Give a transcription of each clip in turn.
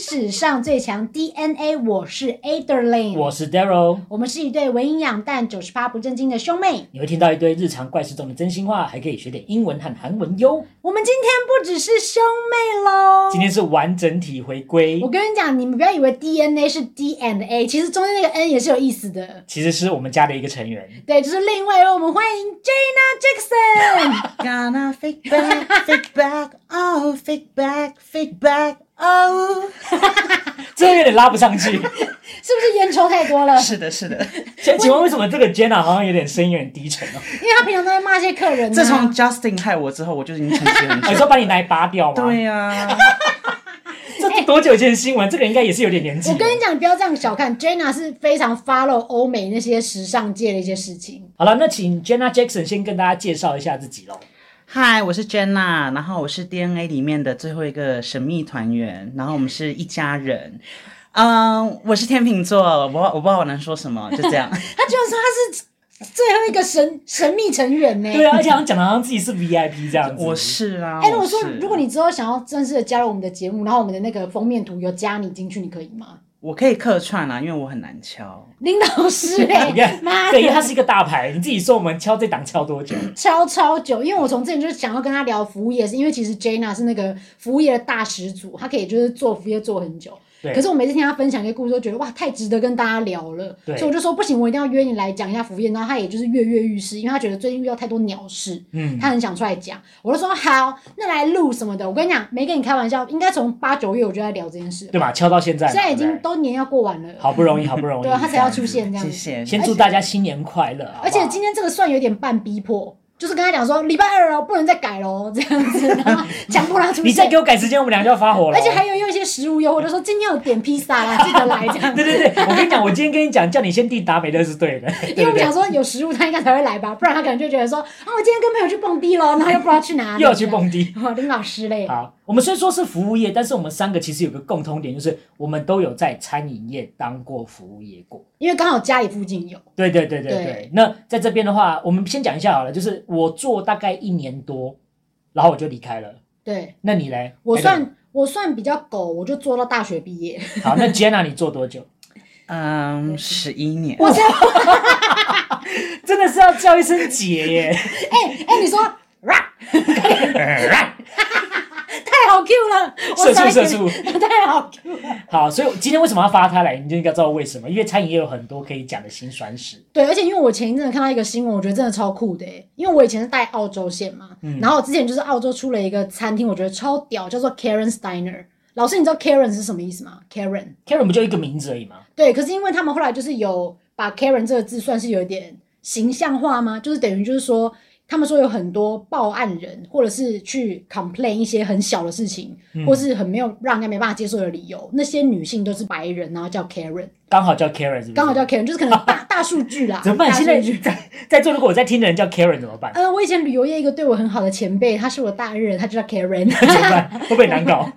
史上最强 DNA，我是 Aderlin，我是 Daryl，我们是一对文营养但九十八不正经的兄妹。你会听到一堆日常怪事中的真心话，还可以学点英文和韩文哟。我们今天不只是兄妹喽，今天是完整体回归我，跟你讲，你们不要以为 DNA 是 D and A，其实中间那个 N 也是有意思的。其实是我们家的一个成员。对，就是另外一位，我们欢迎 Jenna Jackson。 Gonna fake back, fake back, oh, fake back, fake back, oh。这有点拉不上 去。是不是烟抽太多了？是的，是的。请请问为什么这个 Jenna 好像有点声音有点 低沉哦？因为他平常都在骂一些客人、啊。自从 Justin 害我之后，我就已经沉寂很哦你久。说把你奶拔掉吗？ 对，啊呀、这多久以前的新闻？这个人应该也是有点年纪。我跟你讲，不要这样小看 Jenna 是非常 follow 欧美那些时尚界的一些事情。好了，那请 Jenna Jackson 先跟大家介绍一下自己喽。嗨，我是 Jenna，然后我是 DNA 里面的最后一个神秘团员，然后我们是一家人。嗯，我是天秤座，我不我不知道我能说什么，就这 样。他居然说他是最后一个神神秘成员呢、对啊，而且好像讲的好像自己是 VIP 这样子。我是啊，哎、如果我说哦是如果你之后想要正式的加入我们的节目，然后我们的那个封面图有加你进去，你可以吗？ 我可以客串啊啦、因为我很难敲。林老师、 你哎，看妈，对，因的为他是一个大牌，你自己说我们敲这档敲多久？敲超久，因为我从之前就是想要跟他聊服务业，是因为其实 Jenna 是那个服务业的大始祖，她可以就是做服务业做很久。对可是我每次听他分享一个故事，都觉得哇，太值得跟大家聊了，所对以我就说不行，我一定要约你来讲一下服务业。然后他也就是跃跃欲试，因为他觉得最近遇到太多鸟事，嗯，他很想出来讲。我就说好，那来录什么的。我跟你讲，没跟你开玩笑，应该从八九月我就在聊这件事了，对吧？敲到现在嘛，现在已对经不对都年要过完了，好不容易，好不容易，对啊，他才要出现这样谢子。谢。先祝大家新年快乐，好不好而且今天这个算有点半逼迫，就是跟他讲说礼拜二哦，不能再改喽，这样子，然后 强迫他出现。你再给我改时间，我们俩就要发火了。而且还有用一些食物诱惑，就说今天有点披萨啦，记得来这样对子。对对，我跟你讲，我今天跟你讲，叫你先订达美乐是对 的，因为对我们不对想？说有食物他应该才会来吧，不然他可能就觉得说啊，我今天跟朋友去蹦迪喽，然后又不知道去哪里，又要去蹦迪。哦。林老师嘞，好，我们虽说是服务业，但是我们三个其实有个共通点，就是我们都有在餐饮业当过服务业过。因为刚好家里附近有，对对对对对。对那在这边的话，我们先讲一下好了，就是我做大概一年多，然后我就离开了。对那你嘞？哎我 Adam 算我算比较狗，我就做到大学毕业。好。那 Jenna 你做 多久？嗯，十一年。我现在真的是要叫一声姐耶！哎哎，你说 rap 太好 Q 了，我哎社畜傻眼社畜， 太好 Q 了。好，所以今天为什么要发他来，你就应该知道为什么，因为餐饮业有很多可以讲的辛酸史。对，而且因为我前一阵子看到一个新闻，我觉得真的超酷的欸因为我以前是带澳洲线嘛，嗯然后我之前就是澳洲出了一个餐厅，我觉得超屌，叫做 Karen Steiner。老师，你知道 Karen 是什么意思吗？Karen Karen 不就一个名字而已吗？对，可是因为他们后来就是有把 Karen 这个字算是有一点形象化吗？就是等于就是说，他们说有很多报案人或者是去 complain 一些很小的事情，嗯或是很没有让人家没办法接受的理由，那些女性都是白人，然后叫 Karen，刚好叫 Karen 是不是？刚好叫 Karen，就是可能 大大数据啦。怎么办？大现数在据在在座如果我在听的人叫 Karen 怎么办？ 呃，我以前旅游业一个对我很好的前辈，他是我大恩人，他就叫 Karen。 怎么办？会不会难搞？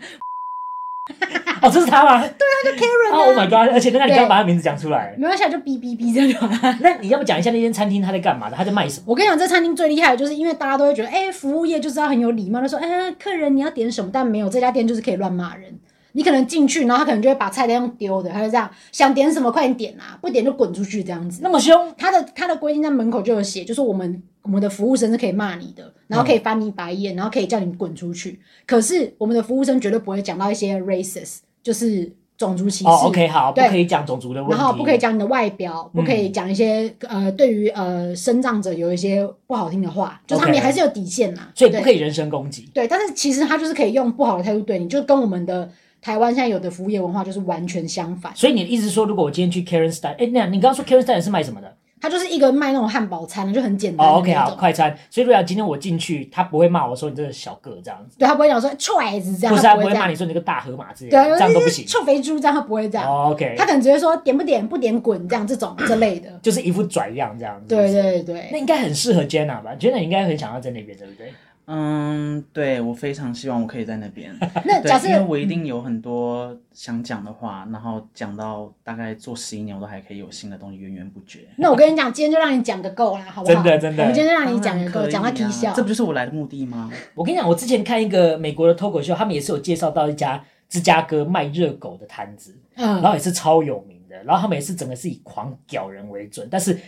哦，这是他吗？对啊，就 Karen 哦、oh my god！而且那你刚刚把他名字讲出来，没关系啊，就哔哔哔这样就好了。那你要不讲一下那间餐厅他在干嘛的？他在卖什么？我跟你讲，这餐厅最厉害的就是，因为大家都会觉得，哎、服务业就是要很有礼貌，他说，哎、客人你要点什么？但没有，这家店就是可以乱骂人。你可能进去，然后他可能就会把菜单用丢的，他就这样想点什么快点点啊，不点就滚出去这样子。那么凶？哦他的他的规定在门口就有写，就是我们我们的服务生是可以骂你的，然后嗯可以翻你白眼，然后可以叫你滚出去。可是我们的服务生绝对不会讲到一些 racist，就是种族歧视。哦，OK，好，不对可以讲种族的问题，嗯然后不可以讲你的外表，不可以讲一些、呃，对于呃生长者有一些不好听的话，就是他们 OK 也还是有底线啦。所以不可以以人身攻击。对，但是其实他就是可以用不好的态度对你，就跟我们的台湾现在有的服务业文化就是完全相反。所以你的意思是说，如果我今天去 Karen Stein，哎，那你刚刚说 Karen Stein 是卖什么的？他就是一个卖那种汉堡餐的，就很简单的那哦种。 ，OK，好，快餐。所以如果今天我进去，他不会骂我说你这个小个这样子，对他不会讲说踹子这样，或是他不不会会这骂样你。说你这个大河马之类对的啊，，这样都就不是行。臭肥猪这样，他不会这样，哦，OK，。他可能只会说点不点不点滚这样这种之类的嗯就是一副拽样这样子。对对那对，应该很适合 Jenna 吧？Jenna 应该很想要在那边，对不对？嗯，对我非常希望我可以在那 边。那呃对假，设因为我一定有很多想讲的话，然后讲到大概做十一年，我都还可以有新的东西源源不绝。 那我跟你讲，今天就让你讲个够啦，好不好？真的真的我们今天就让你讲当个然够，可以讲到啼啊笑这。不就是我来的目的吗？我跟你讲，我之前看一个美国的脱口秀，他们也是有介绍到一家芝加哥卖热狗的摊子，然嗯，后也是超有名的，然后他们也是整个是以狂屌人为准，但是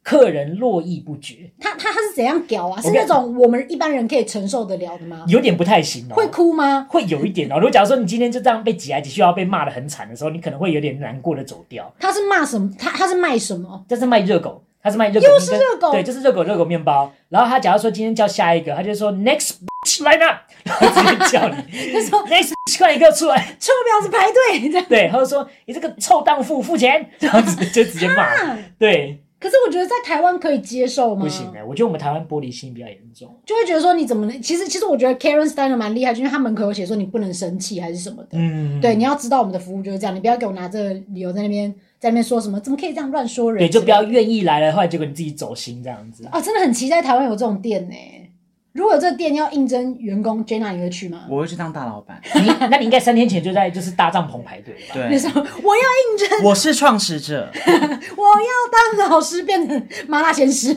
客人络绎不绝，他他他是怎样屌啊？是我跟那你种我们一般人可以承受得了的吗？有点不太行哦，啊会哭吗？会有一点哦。如果假如说你今天就这样被挤来挤去，要被骂的很惨的时候，你可能会有点难过的走掉。他是骂什么？他他是卖什 么？这是卖热狗，他是卖热狗，又是跟热狗对，就是热狗热狗面包。然后他假如说今天叫下一个，他就说 next bitch line up，然后直接叫你 那时候 next bitch 快点给我出来。臭婊子排队这样。对，他就说你这个臭荡妇付钱， 然后直接就直接骂。啊对，可是我觉得在台湾可以接受吗？不行啊欸的，我觉得我们台湾玻璃心比较严重。就会觉得说你怎么能？其实其实我觉得 Karen Steiner 蛮厉害，就是他门口有写说你不能生气还是什么的。嗯，对，你要知道我们的服务就是这样，你不要给我拿这个理由在那边在那边说什么，怎么可以这样乱说人之类对，的？就不要愿意来了，后来结果你自己走心这样子。啊！真的很期待台湾有这种店呢、如果有这个店要应征员工，Jenna 你会去吗？我会去当大老 板。你那你应该三天前就在就是大帐篷排队了吧？那对时，候我要应征，我是创始者，我要当老师，变成麻辣鲜师。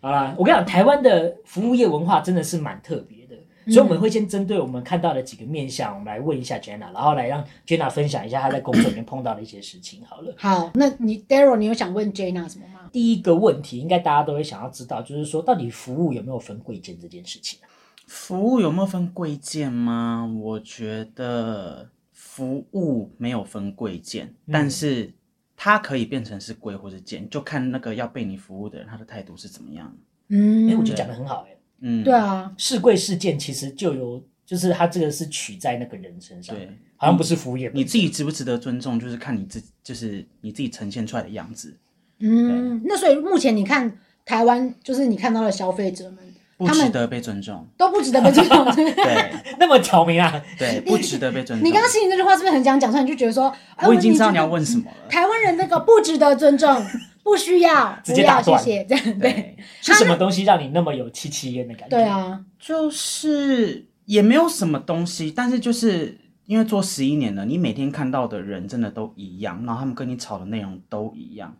好啦，我跟你讲，台湾的服务业文化真的是蛮特别的，所以我们会先针对我们看到的几个面向，我们来问一下 Jenna，然后来让 Jenna 分享一下她在工作里面碰到的一些事情。好了，好，那你 Daryl，你有想问 Jenna 什么吗？第一个问题应该大家都会想要知道，就是说到底服务有没有分贵贱这件事情啊？服务有没有分贵贱吗？我觉得服务没有分贵贱，但是它可以变成是贵或是贱，就看那个要被你服务的人他的态度是怎么样。嗯，哎、我觉得讲的很好、哎，嗯，对啊，是贵是贱其实就有，就是他这个是取在那个人身上，对，好像不是服务业本身，你自己值不值得尊重，就是看你自就是你自己呈现出来的样子。嗯，那所以目前你看台湾，就是你看到的消费者们，不他值们得被尊重，都不值得被尊 重。对那么挑明啊， 对，不值得被尊重。你刚刚心里那句话是不是很想讲出来？你就觉得说，哎我已经知道你要。们问什么了，台湾人那个不值得尊重，不需要，直接不要打断谢谢，这样 对对，是什么东西让你那么有戚戚焉的感觉？对，啊，就是也没有什么东西，但是就是因为做十一年了，你每天看到的人真的都一样，然后他们跟你吵的内容都一样，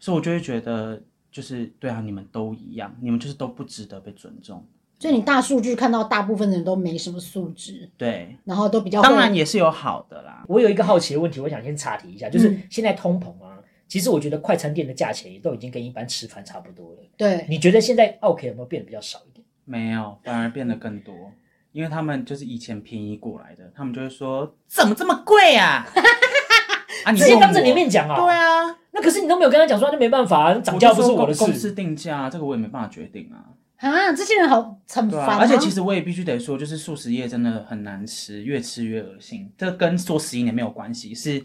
所以我就会觉得就是对啊，你们都一样，你们就是都不值得被尊重。所以你大数据看到大部分的人都没什么素质，对，然后都比较会当然也是有好的啦，我有一个好奇的问题，我想先岔题一下，就是嗯现在通膨啊，其实我觉得快餐店的价钱也都已经跟一般吃饭差不多了。对，你觉得现在 OK 有没有变得比较少一点？没有，反而变得更多。因为他们就是以前便宜过来的，他们就会说怎么这么贵啊？ 啊，你直接问当着我你面讲啊？对，啊，那可是你都没有跟他讲说，那没办法啊，涨价不是我的公司事。定价，这个我也没办法决定啊。啊，这些人好很对烦、啊，而且其实我也必须得说，就是素食业真的很难吃，越吃越恶心。这跟做十一年没有关系，是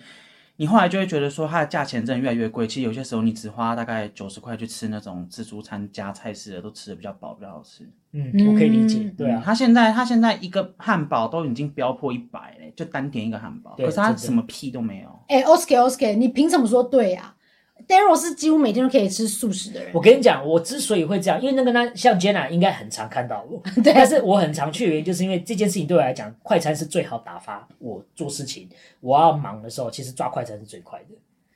你后来就会觉得说它的价钱真的越来越贵。其实有些时候你只花大概九十块去吃那种自助餐加菜式的，都吃的比较饱，比较好吃。嗯嗯，我可以理解。对嗯啊，它现在它现在一个汉堡都已经飙破一百嘞，就单点一个汉堡，对可是它真的什么屁都没有。哎、o s c a r o s c a r 你凭什么说对啊？Daryl 是几乎每天都可以吃素食的人我，跟你讲，我之所以会这样，因为那个呢，像 Jenna 应该很常看到 我，对但是我很常去的原因，就是因为这件事情对我来讲，快餐是最好打发我做事情。我要忙的时候，其实抓快餐是最快的。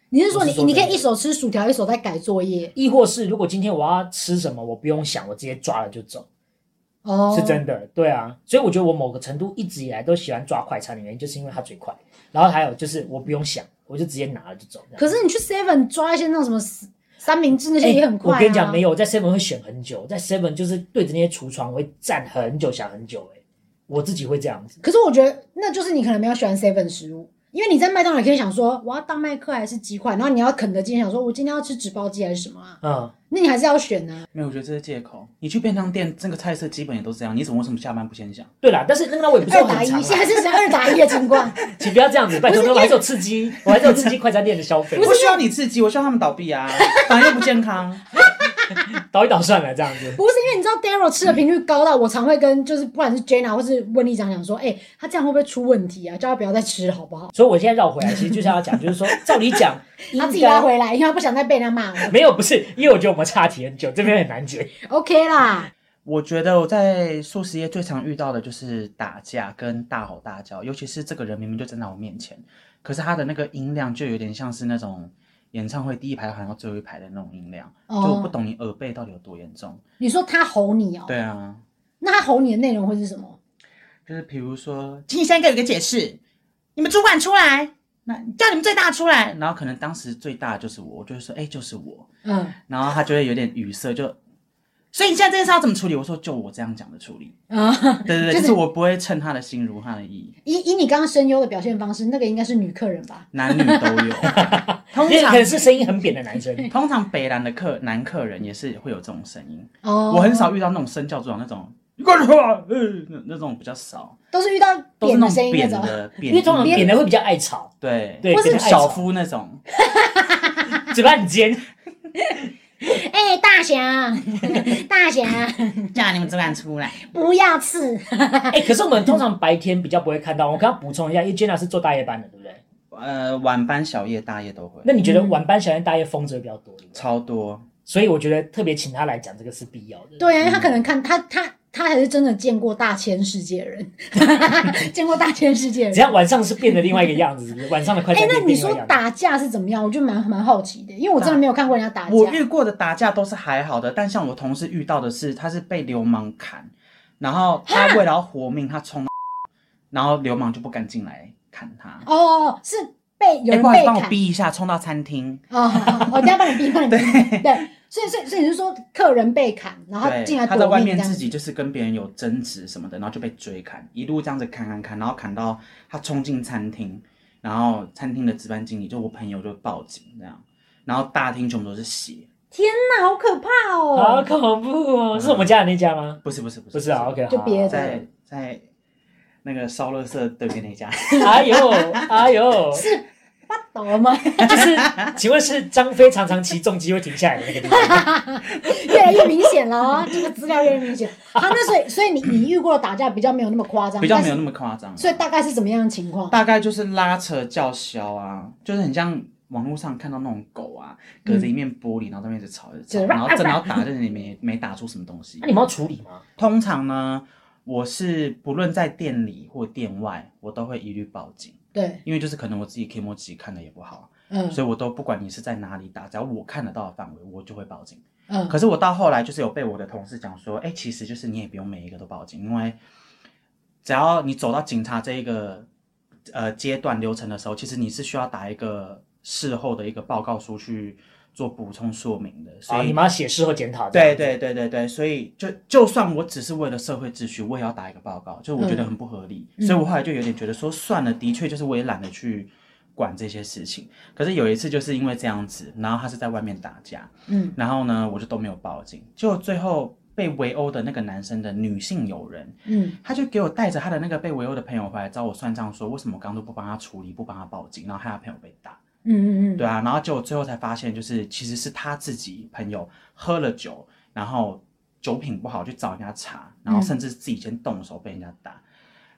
你是说你我是说你可真以的一手吃薯条，一手在改作业？亦或是如果今天我要吃什么，我不用想，我直接抓了就走，哦，是真的，对啊。所以我觉得我某个程度一直以来都喜欢抓快餐的原因，就是因为它最快。然后还有就是我不用想，我就直接拿了就走。这样可是你去 Seven 抓一些那种什么三三明治那些哎也很快、啊我跟你讲，没有，我在 Seven 会选很久，我在 Seven 就是对着那些橱窗，我会站很久，想很久、哎，我自己会这样子。可是我觉得那就是你可能没有喜欢 Seven 食物，因为你在麦当劳也可以想说我要大麦克还是鸡块，然后你要肯德基想说我今天要吃纸包鸡还是什么啊？嗯，那你还是要选啊呢、没有，我觉得这是借口。你去便当店，这个菜色基本也都这样，你怎么为什么下班不先想？对啦，但是那个我也不是二很打一，常现在啦，是是二打一的情 况。请不要这样子，拜托不是，我还是有刺激，我还是有刺激快餐店的消费我，不需要你刺激，我希望他们倒闭 啊，反正又不健康。倒一倒算了这样子。不是因为你知道 Daryl 吃的频率高到我常会跟就是不管是 Jenna 或是温丽讲讲说，哎、他这样会不会出问题啊？叫他不要再吃好不好？所以我现在绕回来，其实就是要讲，就是说，照理讲，他自己应该拉回来，因为他不想再被人家骂我。没有，不是，因为我觉得我们差题很久，这边很难解。 OK 啦，我觉得我在素食业最常遇到的就是打架跟大吼大叫，尤其是这个人明明就站在我面前，可是他的那个音量就有点像是那种演唱会第一排喊到最后一排的那种音量，就我不哦，懂你耳背到底有多严重。你说他吼你哦，对啊，那他吼你的内容会是什么？就是比如说，请你现在给我一个解释，你们主管出来，那叫你们最大出来。然后可能当时最大就是我，我就会说，哎、就是我。嗯然后他就会有点语塞，就， 所以你现在这件事要怎么处理？我说就我这样讲的处理。啊，对对对，就就是是我不会趁他的心如他的意， 以以你刚刚声优的表现方式，那个应该是女客人吧？男女都 有。通因为可能常是声音很扁的男生，通常北兰的客男客人也是会有这种声音，哦，我很少遇到那种身教组长那种。你过来啊！嗯，那那种比较少，都是遇到都是扁那的声种音那扁种。的， 因为通常扁扁的会比较爱吵，对对，或是扁的爱小吵，夫那种，嘴巴很尖， 哎、大侠， 大侠， 叫你们主管出来。不要刺。哎、可是我们通常白天比较不会看到。我刚刚补充一下，因为 Jenna 是做大夜班的，对不对？呃，晚班、小夜、大夜都会，那你嗯觉得晚班、小夜、大夜风则比较多，对不对？超多。所以我觉得特别请他来讲这个是必要的。对啊，嗯因为他可能看他他他还是真的见过大千世界的 人，见过大千世界的只人。要晚上是变得另外一个样子，是不是晚上的快哎、餐店那变你另说外一个样子。打架是怎么样？我就蛮蛮好奇的，因为我真的没有看过人家打架。我遇过的打架都是还好的，但像我同事遇到的是，他是被流氓砍，然后他为了要活命，他冲， 然后流氓就不敢进来砍他。哦，是被有哎，人不好意被思，帮砍。我逼一下，冲到餐厅。哦，好好好我等一下帮你逼，帮你 逼。对，所以所以所以你是说客人被砍，然后他进对，来他在躲外命这面样自子？己就是跟别人有争执什么的，然后就被追砍，一路这样子砍砍砍，然后砍到他冲进餐厅，然后餐厅的值班经理就我朋友就报警这样，然后大厅全部都是血，天哪，好可怕好哦！恐怖哦！是我们家的那家吗？不是不是不是不是啊，OK，就好别的在在那个烧垃圾对面 那家，哎呦，哎呦，是发抖吗？ 就是，请问是张飞常常骑重机会停下来的那个地方？ 越来越明显了哦，这个资料越来越明显。啊，那所以所以你你遇过的打架比较没有那么夸张，比较哦但是没有那么夸张，啊所以大概是怎么样的情况？大概就是拉扯叫嚣啊，就是很像网络上看到那种狗啊，隔着一面玻璃，然后在那边一直吵一直吵，对然后真的要打，但是你没没打出什么东西那。你们要处理吗？通常呢，我是不论在店里或店外，我都会一律报警，对，因为就是可能我自己 K 摸己看的也不好，嗯所以我都不管你是在哪里打，只要我看得到的范围，我就会报警。嗯，可是我到后来就是有被我的同事讲说，哎、其实就是你也不用每一个都报警，因为只要你走到警察这一个呃阶段流程的时候，其实你是需要打一个事后的一个报告书去做补充说明的，所啊，以你们要写事后检讨。对，对对对对，所以就就算我只是为了社会秩序，我也要打一个报告，就我觉得很不合理，所以我后来就有点觉得说算了，的确就是我也懒得去管这些事情。可是有一次就是因为这样子，然后他是在外面打架，嗯，然后呢我就都没有报警，就最后被围殴的那个男生的女性友人，嗯，他就给我带着他的那个被围殴的朋友回来找我算账，说为什么我刚刚都不帮他处理，不帮他报警，然后害他朋友被打。嗯嗯嗯，对啊，然后结果最后才发现，就是其实是他自己朋友喝了酒，然后酒品不好去找人家查，然后甚至自己先动手被人家打。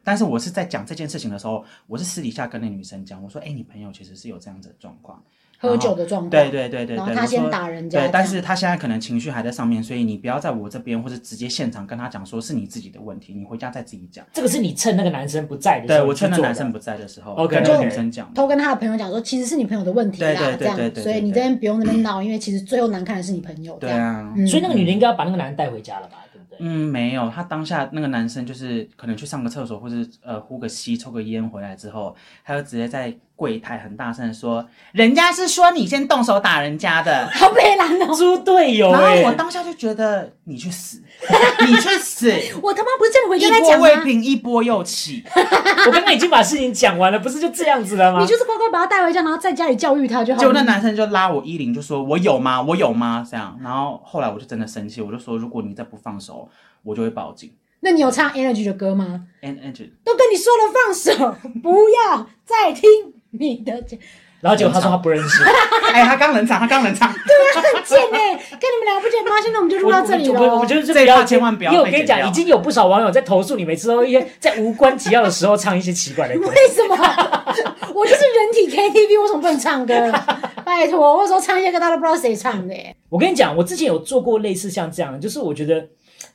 但是我是在讲这件事情的时候，我是私底下跟那女生讲，我说：“哎、你朋友其实是有这样子的状况，喝酒的状况，对对对对对，然后我他先说打人家这对，样，但是他现在可能情绪还在上面，所以你不要在我这边或者直接现场跟他讲说是你自己的问题，你回家再自己讲。这个是你趁那个男生不在的时对候，我趁那你去做的男生不在的时候 OK，跟那个 OK 女生讲的，偷跟他的朋友讲说，其实是你朋友的问题啦，对对对这样，对对对所以你这边不用那边闹，因为其实最后难看的是你朋友，这对样，啊，嗯所以那个女的应该要把那个男人带回家了吧，对不对？嗯，没有，他当下那个男生就是可能去上个厕所，或者呃呼个吸、抽个烟回来之后，他就直接在柜台很大声的说：“人家是说你先动手打人家的。 好悲蓝哦，猪队”友然哎后我，当下就觉得你去死， 你去死，我他妈不是 叫你回家一再波讲未吗？平一波又起。我刚刚已经把事情讲完了，不是就这样子了你吗？就是乖乖把他带回家，然后在家里教育他 就好了。结果那男生啊就拉我衣领，就说：“我有吗？我有吗？”这样。然后后来我就真的生气，我就说：“如果你再不放手，我就会报警。那你有唱 Energy 的歌吗？ ”And and 都跟你说了放 手，不要再听你的讲。然后结果他说他不认 识，哎，他刚冷场，他刚冷场。对啊，很贱哎、跟你们两个不讲吗？现在我们就录我到这里了我我我哦。就是这一不要趴千万不要因为我被跟你剪讲，掉已经有不少网友在投诉你，每次都一些在无关紧要的时候唱一些奇怪的歌。为什么？ 我就是人体 KTV，为什么不能唱歌？ 拜托，我有时候唱一些歌，大家都不知道谁唱的、欸。我跟你讲，我之前有做过类似像这样的，就是我觉得，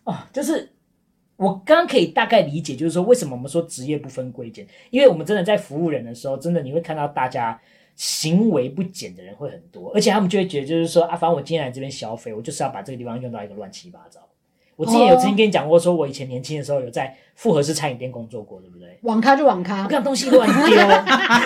啊，就是我刚刚可以大概理解，就是说为什么我们说职业不分贵贱，因为我们真的在服务人的时候，真的你会看到大家行为不检的人会很多，而且他们就会觉得就是说啊，反正我今天来这边消费，我就是要把这个地方用到一个乱七八糟。我之前有曾经跟你讲过，说我以前年轻的时候有在复合式餐饮店工作过，对不对？网咖就网咖我，看东西乱丢，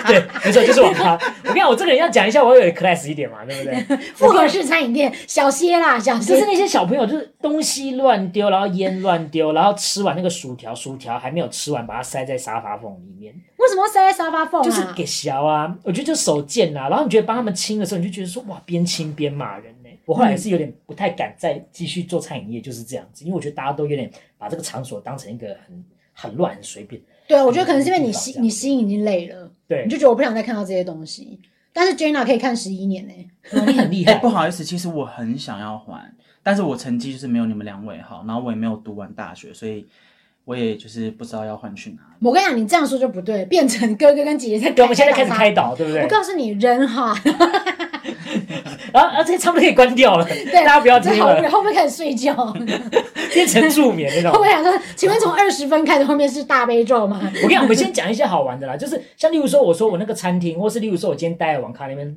对，没错，就是网咖。我看我这个人要讲一下，我要有 class 一点嘛，对不对？复合式餐饮店，小歇啦，小就歇是那些小朋友，就是东西乱丢，然后烟乱丢，然后吃完那个薯条，薯条还没有吃完，把它塞在沙发缝里面，为什么要塞在沙发缝啊？就是给小啊。我觉得就手贱啊。然后你觉得帮他们清的时候，你就觉得说哇，边清边骂人呢、我后来也是有点不太敢再继续做餐饮业，就是这样子，因为我觉得大家都有点把这个场所当成一个很很乱、很随便。对，啊我觉得可能是因为你嗯心这样你心已经累了，对你，就觉得我不想再看到这些东西。但是 Jenna 可以看十一年呢、你很厉 哎、害。 不好意思，其实我很想要还，但是我成绩就是没有你们两位好，然后我也没有读完大学，所以我也就是不知道要还去哪里。我跟你讲，你这样说就不对，变成哥哥跟姐姐在 对，我们现在开始打开导，对不对？我告诉你，人哈，然后啊，这些差不多可以关掉了，大家 不要听这好无了，聊，后面开始睡 觉，后变成助眠 那种。面想说，请问从二十分开始，后面是大悲咒吗？我跟你讲，我们先讲一些好玩的啦， 就是像例如说，我说我那个餐厅，或是例如说我今天待在网咖那边，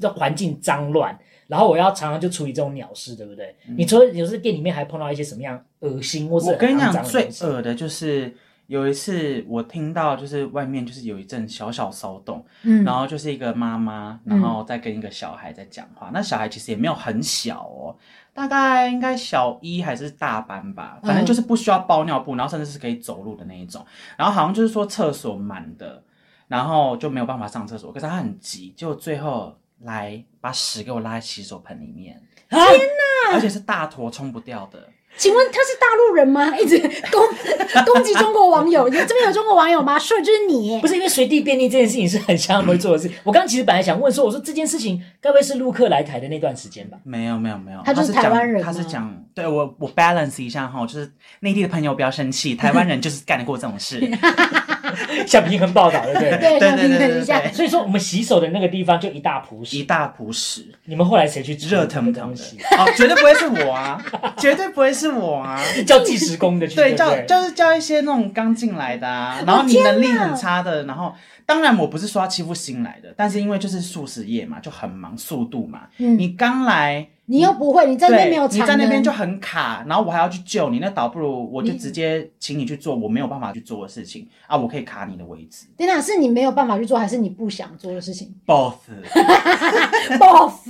这环境脏乱，然后我要常常就处理这种鸟事，对不对？你除了有时店里面还碰到一些什么样恶心或是嗯我很跟你肮讲，脏的最东西恶的就是有一次我听到，就是外面就是有一阵小小骚动，嗯，然后就是一个妈妈，然后再跟一个小孩在讲嗯话。那小孩其实也没有很小哦，大概应该小一还是大班吧，嗯反正就是不需要包尿布，然后甚至是可以走路的那一种。然后好像就是说厕所满的，然后就没有办法上厕所，可是他很急，就最后来把屎给我拉在洗手盆里面，啊，而且是大坨冲不掉的。请问他是大陆人吗？ 一直攻 攻击中国网友，你这边有中国网友吗？说的就是你不。是因为随地便利这件事情是很像他们会做的事。我刚刚其实本来想问说，我说这件事情该不会是陆客来台的那段时间 吧？没有没有没有，他就是讲台湾人他是吗讲对我我 balance 一下哈，就是内地的朋友不要生气，台湾人就是干得过这种 事。 像平衡报道，对不对？对，对想对平对衡对一下对。所以说我们洗手的那个地方就一大铺一 屎，大坨屎，你们后来谁去吃热这腾个腾东的西？，哦，绝对不会是我啊，绝对不会是我 啊，叫计时工的去，对，不叫就是叫一些那种刚进来的啊，然后哦你能力很差的，然后当然我不是说要欺负新来的，但是因为就是素食业嘛，就很忙，速度嘛，嗯你刚来，你又不会，你在那边对，没有你在常那边能就。很卡，然后我还要去救你，那倒不如我就直接请你去做我没有办法去做的事情啊，我可以卡你的位置等等，是你没有办法去做，还是你不想做的事 情，boss， ？boss，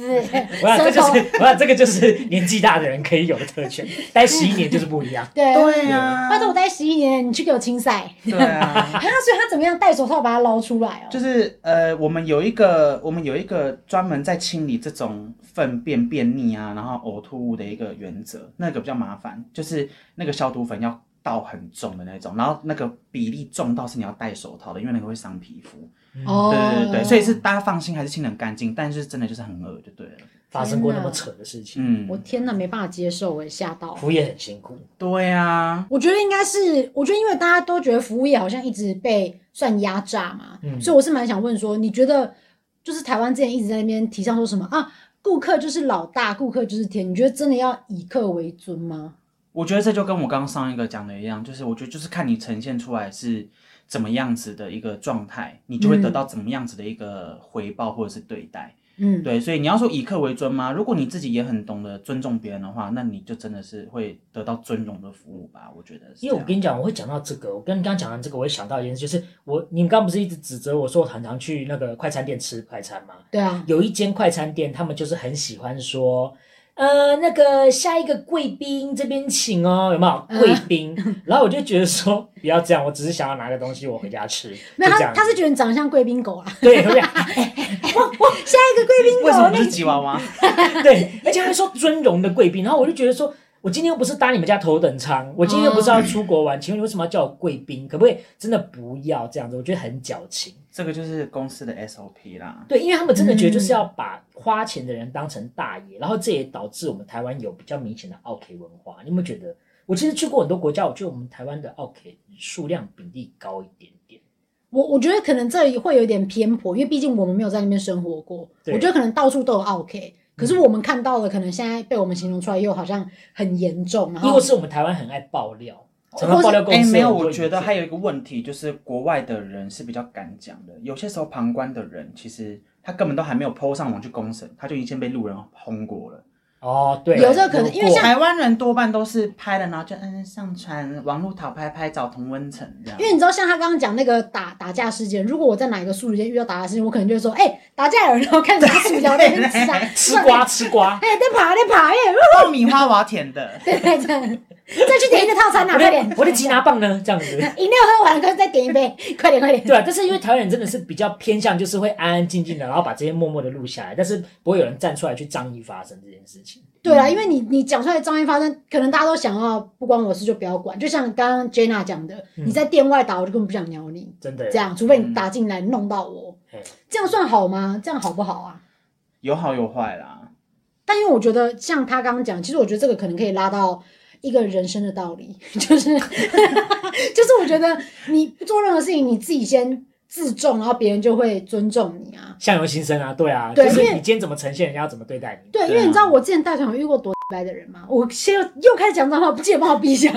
我想舌这就头是，我想这个就是年纪大的人可以有的特权，待十一年就是不一样。对。对啊他，说我待十一年，你去给我清 赛。对啊。啊，所以他怎么样戴手套把它捞出来哦？就是呃，我们有一个我们有一个专门在清理这种粪便便秘啊，然后呕吐物的一个原则，那个比较麻烦，就是那个消毒粉要倒很重的那种，然后那个比例重到是你要戴手套的，因为那个会伤皮肤。哦，对对对对，所以是大家放心，还是清得很干净，但是真的就是很恶就对了。发生过那么扯的事情，我嗯，天哪，没办法接受，我吓到。服务业很辛苦。对啊，我觉得应该是，我觉得因为大家都觉得服务业好像一直被算压榨嘛，嗯所以我是蛮想问说，你觉得就是台湾之前一直在那边提倡说什么啊，顾客就是老大，顾客就是天，你觉得真的要以客为尊吗？我觉得这就跟我刚刚上一个讲的一样，就是我觉得就是看你呈现出来是怎么样子的一个状态，你就会得到怎么样子的一个回报或者是对待。嗯，对，所以你要说以客为尊吗？如果你自己也很懂得尊重别人的话，那你就真的是会得到尊荣的服务吧？我觉得是这因样，为我啊跟你讲，我会讲到这个，我跟你刚刚讲完这个，我会想到一件事，就是我你们刚刚不是一直指责我说我常常去那个快餐店吃快餐吗？对啊，有一间快餐店，他们就是很喜欢说，呃，那个下一个贵宾这边请哦，有没嗯有贵宾？然后我就觉得说，不要这样，我只是想要拿个东西我回家吃，没有就这他样他是子觉得你长得像贵宾狗啊，对，对下一个贵宾狗为什么不那是吉娃娃？ 对，而且还说尊荣的贵宾，然后我就觉得说。我今天又不是搭你们家头等舱，我今天又不是要出国玩，请问你为什么要叫我贵宾？可不可以真的不要这样子？我觉得很矫情。这个就是公司的 SOP 啦。对，因为他们真的觉得就是要把花钱的人当成大爷，然后这也导致我们台湾有比较明显的 OK 文化。你有没有觉得？我其实去过很多国家，我觉得我们台湾的 OK 数量比例高一点点。我我觉得可能这里会有点偏颇，因为毕竟我们没有在那边生活过，对嗯我觉得可能到处都有 OK，可是我们看到的可能现在被我们形容出来又好像很严重，然因后为是我们台湾很爱爆料，常哦或常是爆料公哎，司。没有，我觉得还有一个问题就是，国外的人是比较敢讲的，有些时候旁观的人其实他根本都还没有 PO 上网去公审，他就已经被路人轰过了。哦，对，有这个可能因为像过台湾人多半都是拍了，然后就嗯上传网络讨拍拍找同温层这样因。为你知道，像他刚刚讲那个打打架事件，如果我在哪一个素食街遇到打架事件，我可能就会说，哎、打架有人，然后看着他薯条在那边吃啊，吃瓜，吃瓜，哎、在爬，在爬，哎、，爆米花我要甜的对对对，再去点一个套餐啊，我快点的，我的吉拿棒呢？这 样子。饮料喝完了，快再点一杯，快点快点。对啊，但是因为台湾人真的是比较偏向，就是会安安静静的，然后把这些默默的录下来，但是不会有人站出来去仗义发声这件事情。对啊，因为你你讲出来噪音发生，可能大家都想要不关我事就不要管，就像刚刚 Jenna 讲的，嗯你在店外打，我就根本不想鸟你，真的这样，除非你打进来弄到我嘿，这样算好吗？这样好不好啊？有好有坏啦。但因为我觉得像他刚刚讲，其实我觉得这个可能可以拉到一个人生的道理， 就是就是我觉得你不做任何事情，你自己先自重，然后别人就会尊重你啊。相由心生啊，对啊，对就是因你为今天怎么呈现，人家怎么对待你。对，因对为啊你知道我之前大学有遇过多白的人吗？我先又开始讲脏话，不记得帮我逼一下，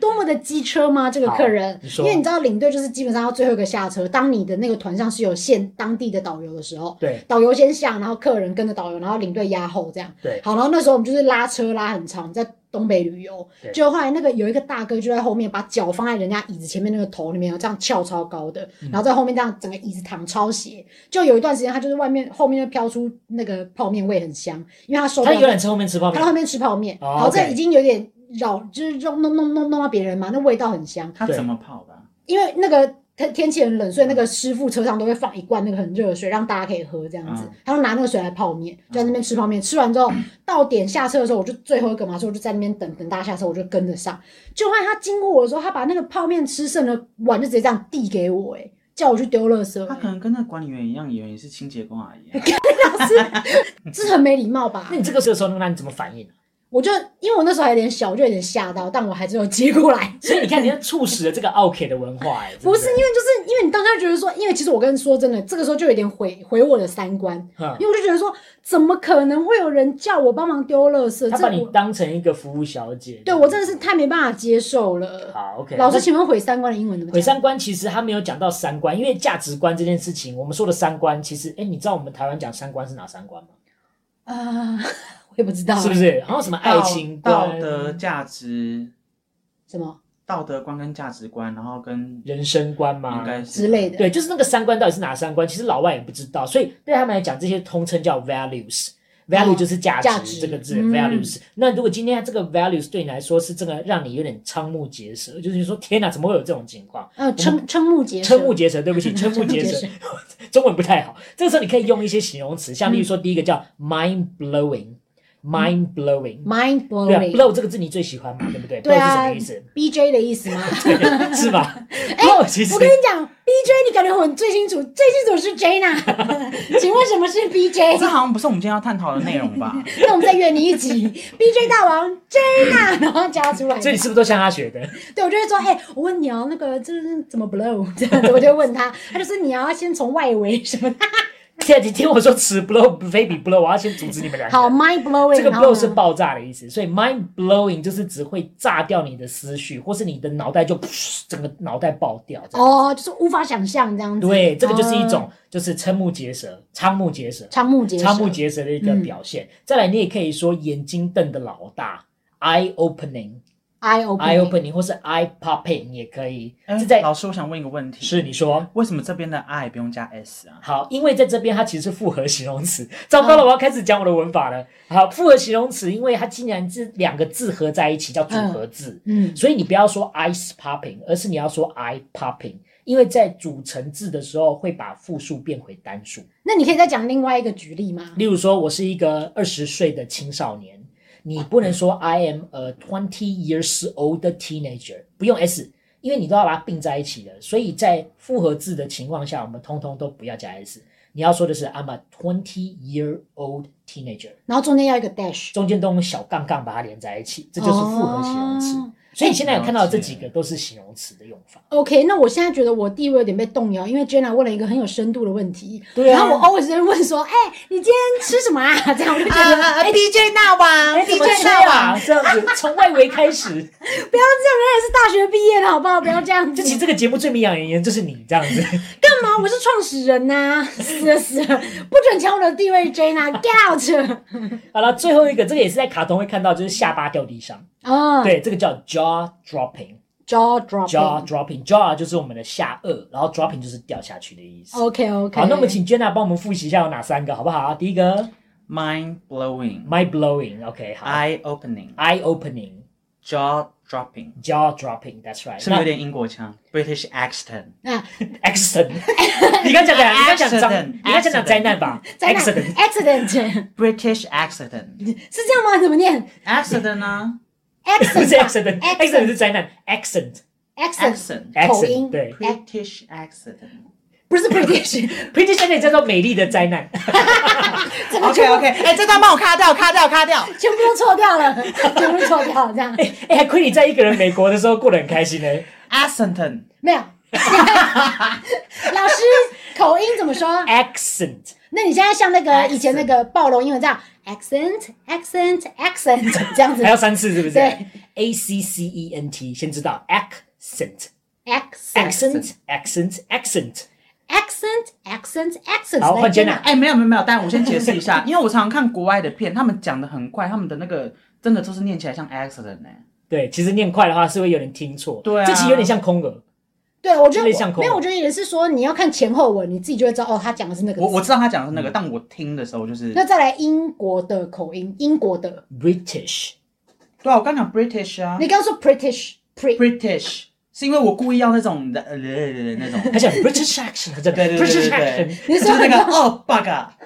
多么的机车吗？这个客人你，因说为你知道领队就是基本上要最后一个下车，当你的那个团上是有限当地的导游的时候，对导游先下，然后客人跟着导游，然后领队压后这样。对好，然后那时候我们就是拉车拉很长，我们在东北旅游对，结果后来那个有一个大哥就在后面把脚放在人家椅子前面那个头里面，这样翘超高的，嗯然后在后面这样整个椅子躺超斜。就有一段时间，他就是外面后面就飘出那个泡面味很香，因为他受不他了游览车后面吃泡他在后面，面吃泡面，哦好，这 OK 已经有点扰，就是弄弄弄弄弄到别人嘛，那味道很香。他对怎么跑的啊？因为那个天天气很冷，所以那个师傅车上都会放一罐那个很热的水，让大家可以喝这样子嗯。他就拿那个水来泡面，就在那边吃泡面。吃完之后，到点下车的时候，我就最后一个嘛，所以我就在那边等等大家下车，我就跟着上。就发现他经过我的时候，他把那个泡面吃剩的碗就直接这样递给我、哎，叫我去丢垃圾、 他可能跟那管理员一样，以为你是清洁工阿姨啊、这很没礼貌 吧那？你这个时候那你怎么反应啊？我就因为我那时候还有点小，我就有点吓到，但我还是有接过 来。所以你看，你是促使了这个 OK 的文化，哎， 不是因为就是因为你当下觉得说，因为其实我跟你说真的，这个时候就有点毁毁我的三观，为因为我就觉得说，怎么可能会有人叫我帮忙丢垃圾？他这把你我当成一个服务小姐。对我真的是太没办法接受了。好 OK。老师，请问毁三观的英文怎么毁讲？三观其实他没有讲到三观，因为价值观这件事情，我们说的三观其实，哎，你知道我们台湾讲三观是哪三观吗？啊， 我也不知道，是不是？好像什么 爱情道观、啊道德、价值、什么道德观跟价值观，然后跟人生观应吗？该是之类的？对，就是那个三观到底是哪三观？其实老外也不知道，所以对他们来讲，这些通称叫 values。value 哦就是价值,、价值这个字、嗯 values。那如果今天这个 values 对你来说是这个让你有点瞠目结舌，就是你说天哪，怎么会有这种情况？呃，瞠瞠目结舌嗯瞠目结舌，对 不起，瞠目结舌，中文不太好。这个时候你可以用一些形容词，嗯像例如说第一个叫 mind blowing，mind blowing，、 ，mind 对啊 blowing。 ，blow 这个字你最喜欢嘛，对不对？嗯对 blow 是什啊么意思？ B J 的意思吗？ 对是吧？blow 其实我跟你讲，B J 你感觉我最清楚，最清楚是 Jana。请问什么是 B J？哦这好像不是我们今天要探讨的内 容吧？那我们再约你一集 B J 大王 Jana，然后加出来。所以你是不是都向他学的？对，我就会说，哎、我问你哦，那个这是怎么 blow 这样子，我就会问他，他就说你要先从外围什么的，现在你听我说词 blow 非比 blow，我要先阻止你们两 个。好 mind blowing，嗯这个然后呢 blow 是爆炸的意思，所以 mind blowing 就是只会炸掉你的思绪，或是你的脑袋就 噗整个脑袋爆掉。这样哦，就是无法想象这样子，对，这个就是一种哦就是瞠目结舌、瞠目结舌、瞠目结舌瞠目结舌的一个表现。再来，你也可以说眼睛瞪的老大，eye opening、 eye open eye opening 或是 eye popping 也可以。哎是在老师，我想问一个问题，是你说。为什么这边的爱不用加 s 啊？好，因为在这边它其实是复合形容词。糟糕了，我要开始讲我的文法了。好，复合形容词，因为它竟然是两个字合在一起叫组合字，嗯，所以你不要说 ice popping，而是你要说 eye popping，因为在组成字的时候会把复数变回单数。那你可以再讲另外一个举例吗？例如说，我是一个二十岁的青少年，你不能说 I am a twenty years old teenager，不用 s，因为你都要把它并在一起的，所以在复合字的情况下，我们通通都不要加 s。你要说的是 I'm a twenty year old teenager，然后中间要一个 dash，中间都用小杠杠把它连在一起，这就是复合形容词。哦所以你现在有看到的这几个都是形容词的用法。 OK，那我现在觉得我地位有点被动摇，因为 Jenna 问了一个很有深度的问题，对啊然后我 always 在问说，哎、你今天吃什么啊？这样我就觉得，啊啊啊！DJ 大王怎么，DJ 吃大王，啊？这样子从外围开始，不要这样，人也是大学毕业的好不好？不要这样子这，其实这个节目最名扬言言就是你这样子，干嘛？我是创始人呐、死了死了，不准抢我的地位，J 呐，Get out！好了，最后一个这个也是在卡通会看到，就是下巴掉地上，啊，对，这个叫 jaw dropping。 ，jaw dropping。 jaw dropping jaw 就是我们的下颚，然后 dropping 就是掉下去的意思。 OK 哦 OK。好，那我们请 Jenna 帮我们复习一下有哪三个，好不好？第一个 mind blowing, mind blowing，OK，、好 eye opening, eye opening jaw dropping， jaw dropping，that's right 是不是有点英国腔？British accent，啊，那 accident，你 刚讲的，你刚讲灾，你刚讲的灾难吧灾难 accident accident 是 British accident，accident 这样吗？怎么念呢 不是？accident accident accident Accident 是灾难 accident accent ？accent，口 accident 音对 British accent。不是 British， ，pretty 灾难叫做美丽的灾难。这个 OK 全部 OK，哎、这段帮我卡掉，卡掉，卡掉。全部都错掉了，全部都错掉了，这样 哎、还亏你在一个人美国的时候过得很开心呢、 Accenton，没有。老师口音怎么说？ accent 那你现在像那个以前那个暴龙英文这样 accent accent accent 这样子还要三次是不是对？a c c e n t 先知道 accent accent accent accent accent。 accent accent accent 好换 Jenna 哎、没有没有没有，但我先解释一 下，因为我常常看国外的片，他们讲的很快，他们的那个真的就是念起来像欸 accident 呢、对，其实念快的话是会有点听错。对啊这其实有点像空耳。对，我觉类像得口没有，我觉得也是说你要看前后文，你自己就会知道哦，他讲的是那个我字。我知道他讲的是那个，但我听的时候就是，那再来英国的口音，英国的， British 对啊，我刚讲 British 啊你刚刚说 British pre ，British 是因为我故意要那种的呃 呃那种，他讲 British accent，他讲 对对对 British 对对 accent。对，就是那个 哦 bug 啊，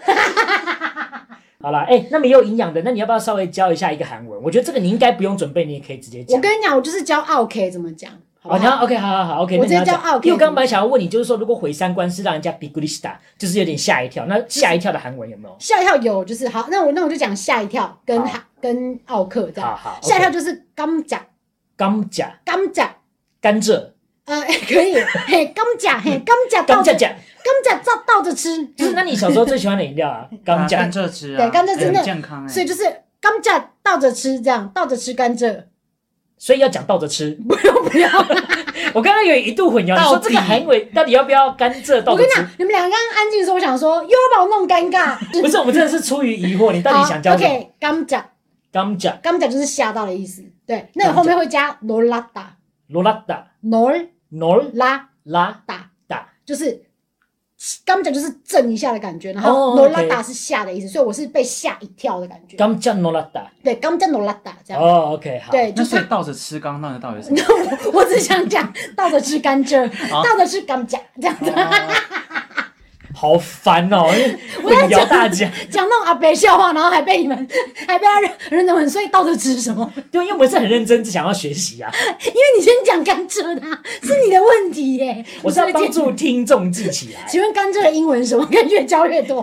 好了，哎、那么也有营养的，那你要不要稍微教一下一个韩文？我觉得这个你应该不用准备，你也可以直接我讲。跟你讲，我就是教 OK 怎么讲，好好，不哦你要好？ OK，好好好，OK 我那你要直接讲。教啊，OK，因为我刚刚本来想要问你，就是说，如果毁三观是让人家 b i g l i s t a 就是有点吓一跳，那吓一跳的韩文有没有？吓一跳有就是好，那我那我就讲吓一跳跟好哈跟奥克这好样，好，吓一跳就是刚讲甘蔗，刚讲，甘蔗，呃， 可以，嘿，刚讲嘿，刚讲甘倒着 蔗酱，刚讲倒倒着吃，就是那你小时候最喜欢的饮料啊？甘甘 蔗，蔗汁啊，对甘蔗汁哎很那健康哎、所以就是刚讲倒着吃这样，倒着吃甘蔗， 所以要讲倒着吃。不用不用。我刚刚有一度混淆，你说到底这个韩文到底要不要甘蔗倒我着跟你吃讲？，你们两个刚刚安静的时候，我想说又要把我弄尴尬。 不是，我们真的是出于疑惑，你到底想教好什 么？ ？OK，刚讲，甘蔗、刚讲就是吓到的意思。对，那你后面会加 no l a t a 罗拉达、 no 诺 la 拉 ta，达。就是刚讲就是震一下的感觉，然后哦 no ，OK la ta 是吓的意思，所以我是被吓一跳的感觉。甘蔗诺拉达。对，刚讲 no la ta 这样。哦，OK，好。对，那就所是 以倒着吃，刚刚那个到底 是什么？那我我只想讲倒着吃甘蔗，好倒着吃甘蔗这哦样子。哦好 烦哦，因为我要混淆大家。讲那种阿北笑话，然后还被你们，还被他认认得很，所以倒着吃什么？对，因为我们是很认真，只想要学 习啊。因为哎你先讲甘蔗的啊、是你的问题耶、我是要帮助你听众记起来 这。请问甘蔗的英文是什么？感觉越教越 多。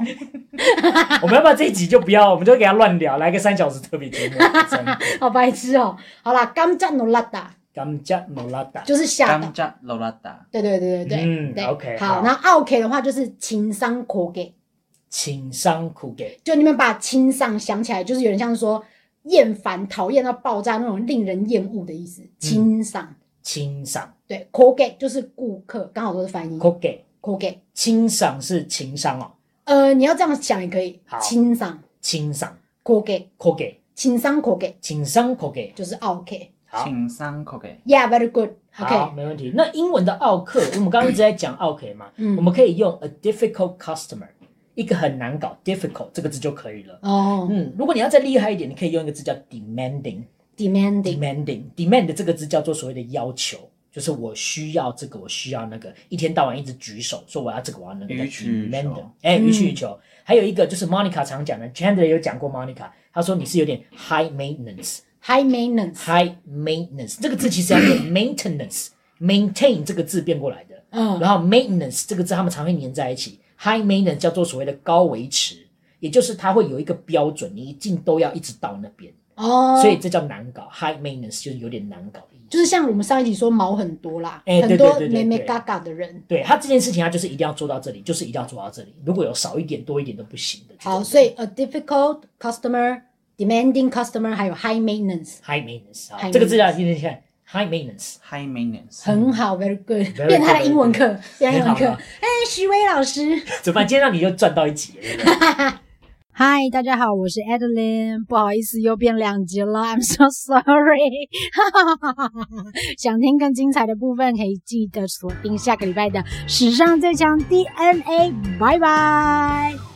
我们要不要这一集就不要，我们就给他乱聊，来个三小时特别节目。真的 好白痴哦、好啦，甘蔗努拉达甘蔗诺拉达。就是吓到甘。蔗 l o l a d a 对对对对对，嗯对 OK，好，好然后 OK 的话就是情商口给，情商苦给。就你们把情商想起来，就是有点像是说厌烦、讨厌到爆炸那种令人厌恶的意嗯思。情商、清赏，对，口给就是顾客，刚好都是翻译。苦给，口给，清赏是情商哦，呃，你要这样想也可以好。情商清赏，口给，苦给，情商口给情商苦给。就是 OK。好，请三口给。 Yeah, very good. 好， OK，没问题。那英文的奥克，我们刚刚一直在讲奥克嘛，嗯我们可以用 a difficult customer，一个很难搞 difficult 这个字就可以了。哦嗯，如果你要再厉害一点，你可以用一个字叫 demanding。 ，demanding， demanding demand 这个字叫做所谓的要求，就是我需要这个，我需要那个，一天到晚一直举手说我要这个，我要那个。予取予求嗯 demanding，哎，予取予求。还有一个就是 Monica 常讲的，Chandler 有讲过 Monica，他说你是有点 high maintenance。 high maintenance， high maintenance 这个字其实要 念 maintenance maintain 这个字变过来的，嗯然后 maintenance 这个字他们常会粘在一起，high maintenance 叫做所谓的高维持，也就是它会有一个标准，你一进都要一直到那边，哦，所以这叫难搞，high maintenance 就是有点难搞的意思。就是像我们上一集说毛很多啦，哎很对多对对对美美对嘎嘎的人。对他这件事情，他就是一定要做到这里，就是一定要做到这里。如果有少一点、多一点都不行的。好，所以 a difficult customer, demanding customer，还有 high maintenance。 high maintenance 啊， High 这个字要念念看 high maintenance， high maintenance，很好，very good， good，变态的英文课，变态英文很课好。哎，徐威老师，怎么办？今天让你又赚到一集了对不对嗨，大家好，我是 Adeline，不好意思又变两集了，I'm so sorry。想听更精彩的部分，可以记得锁定下个礼拜的史上最强 DNA，拜拜。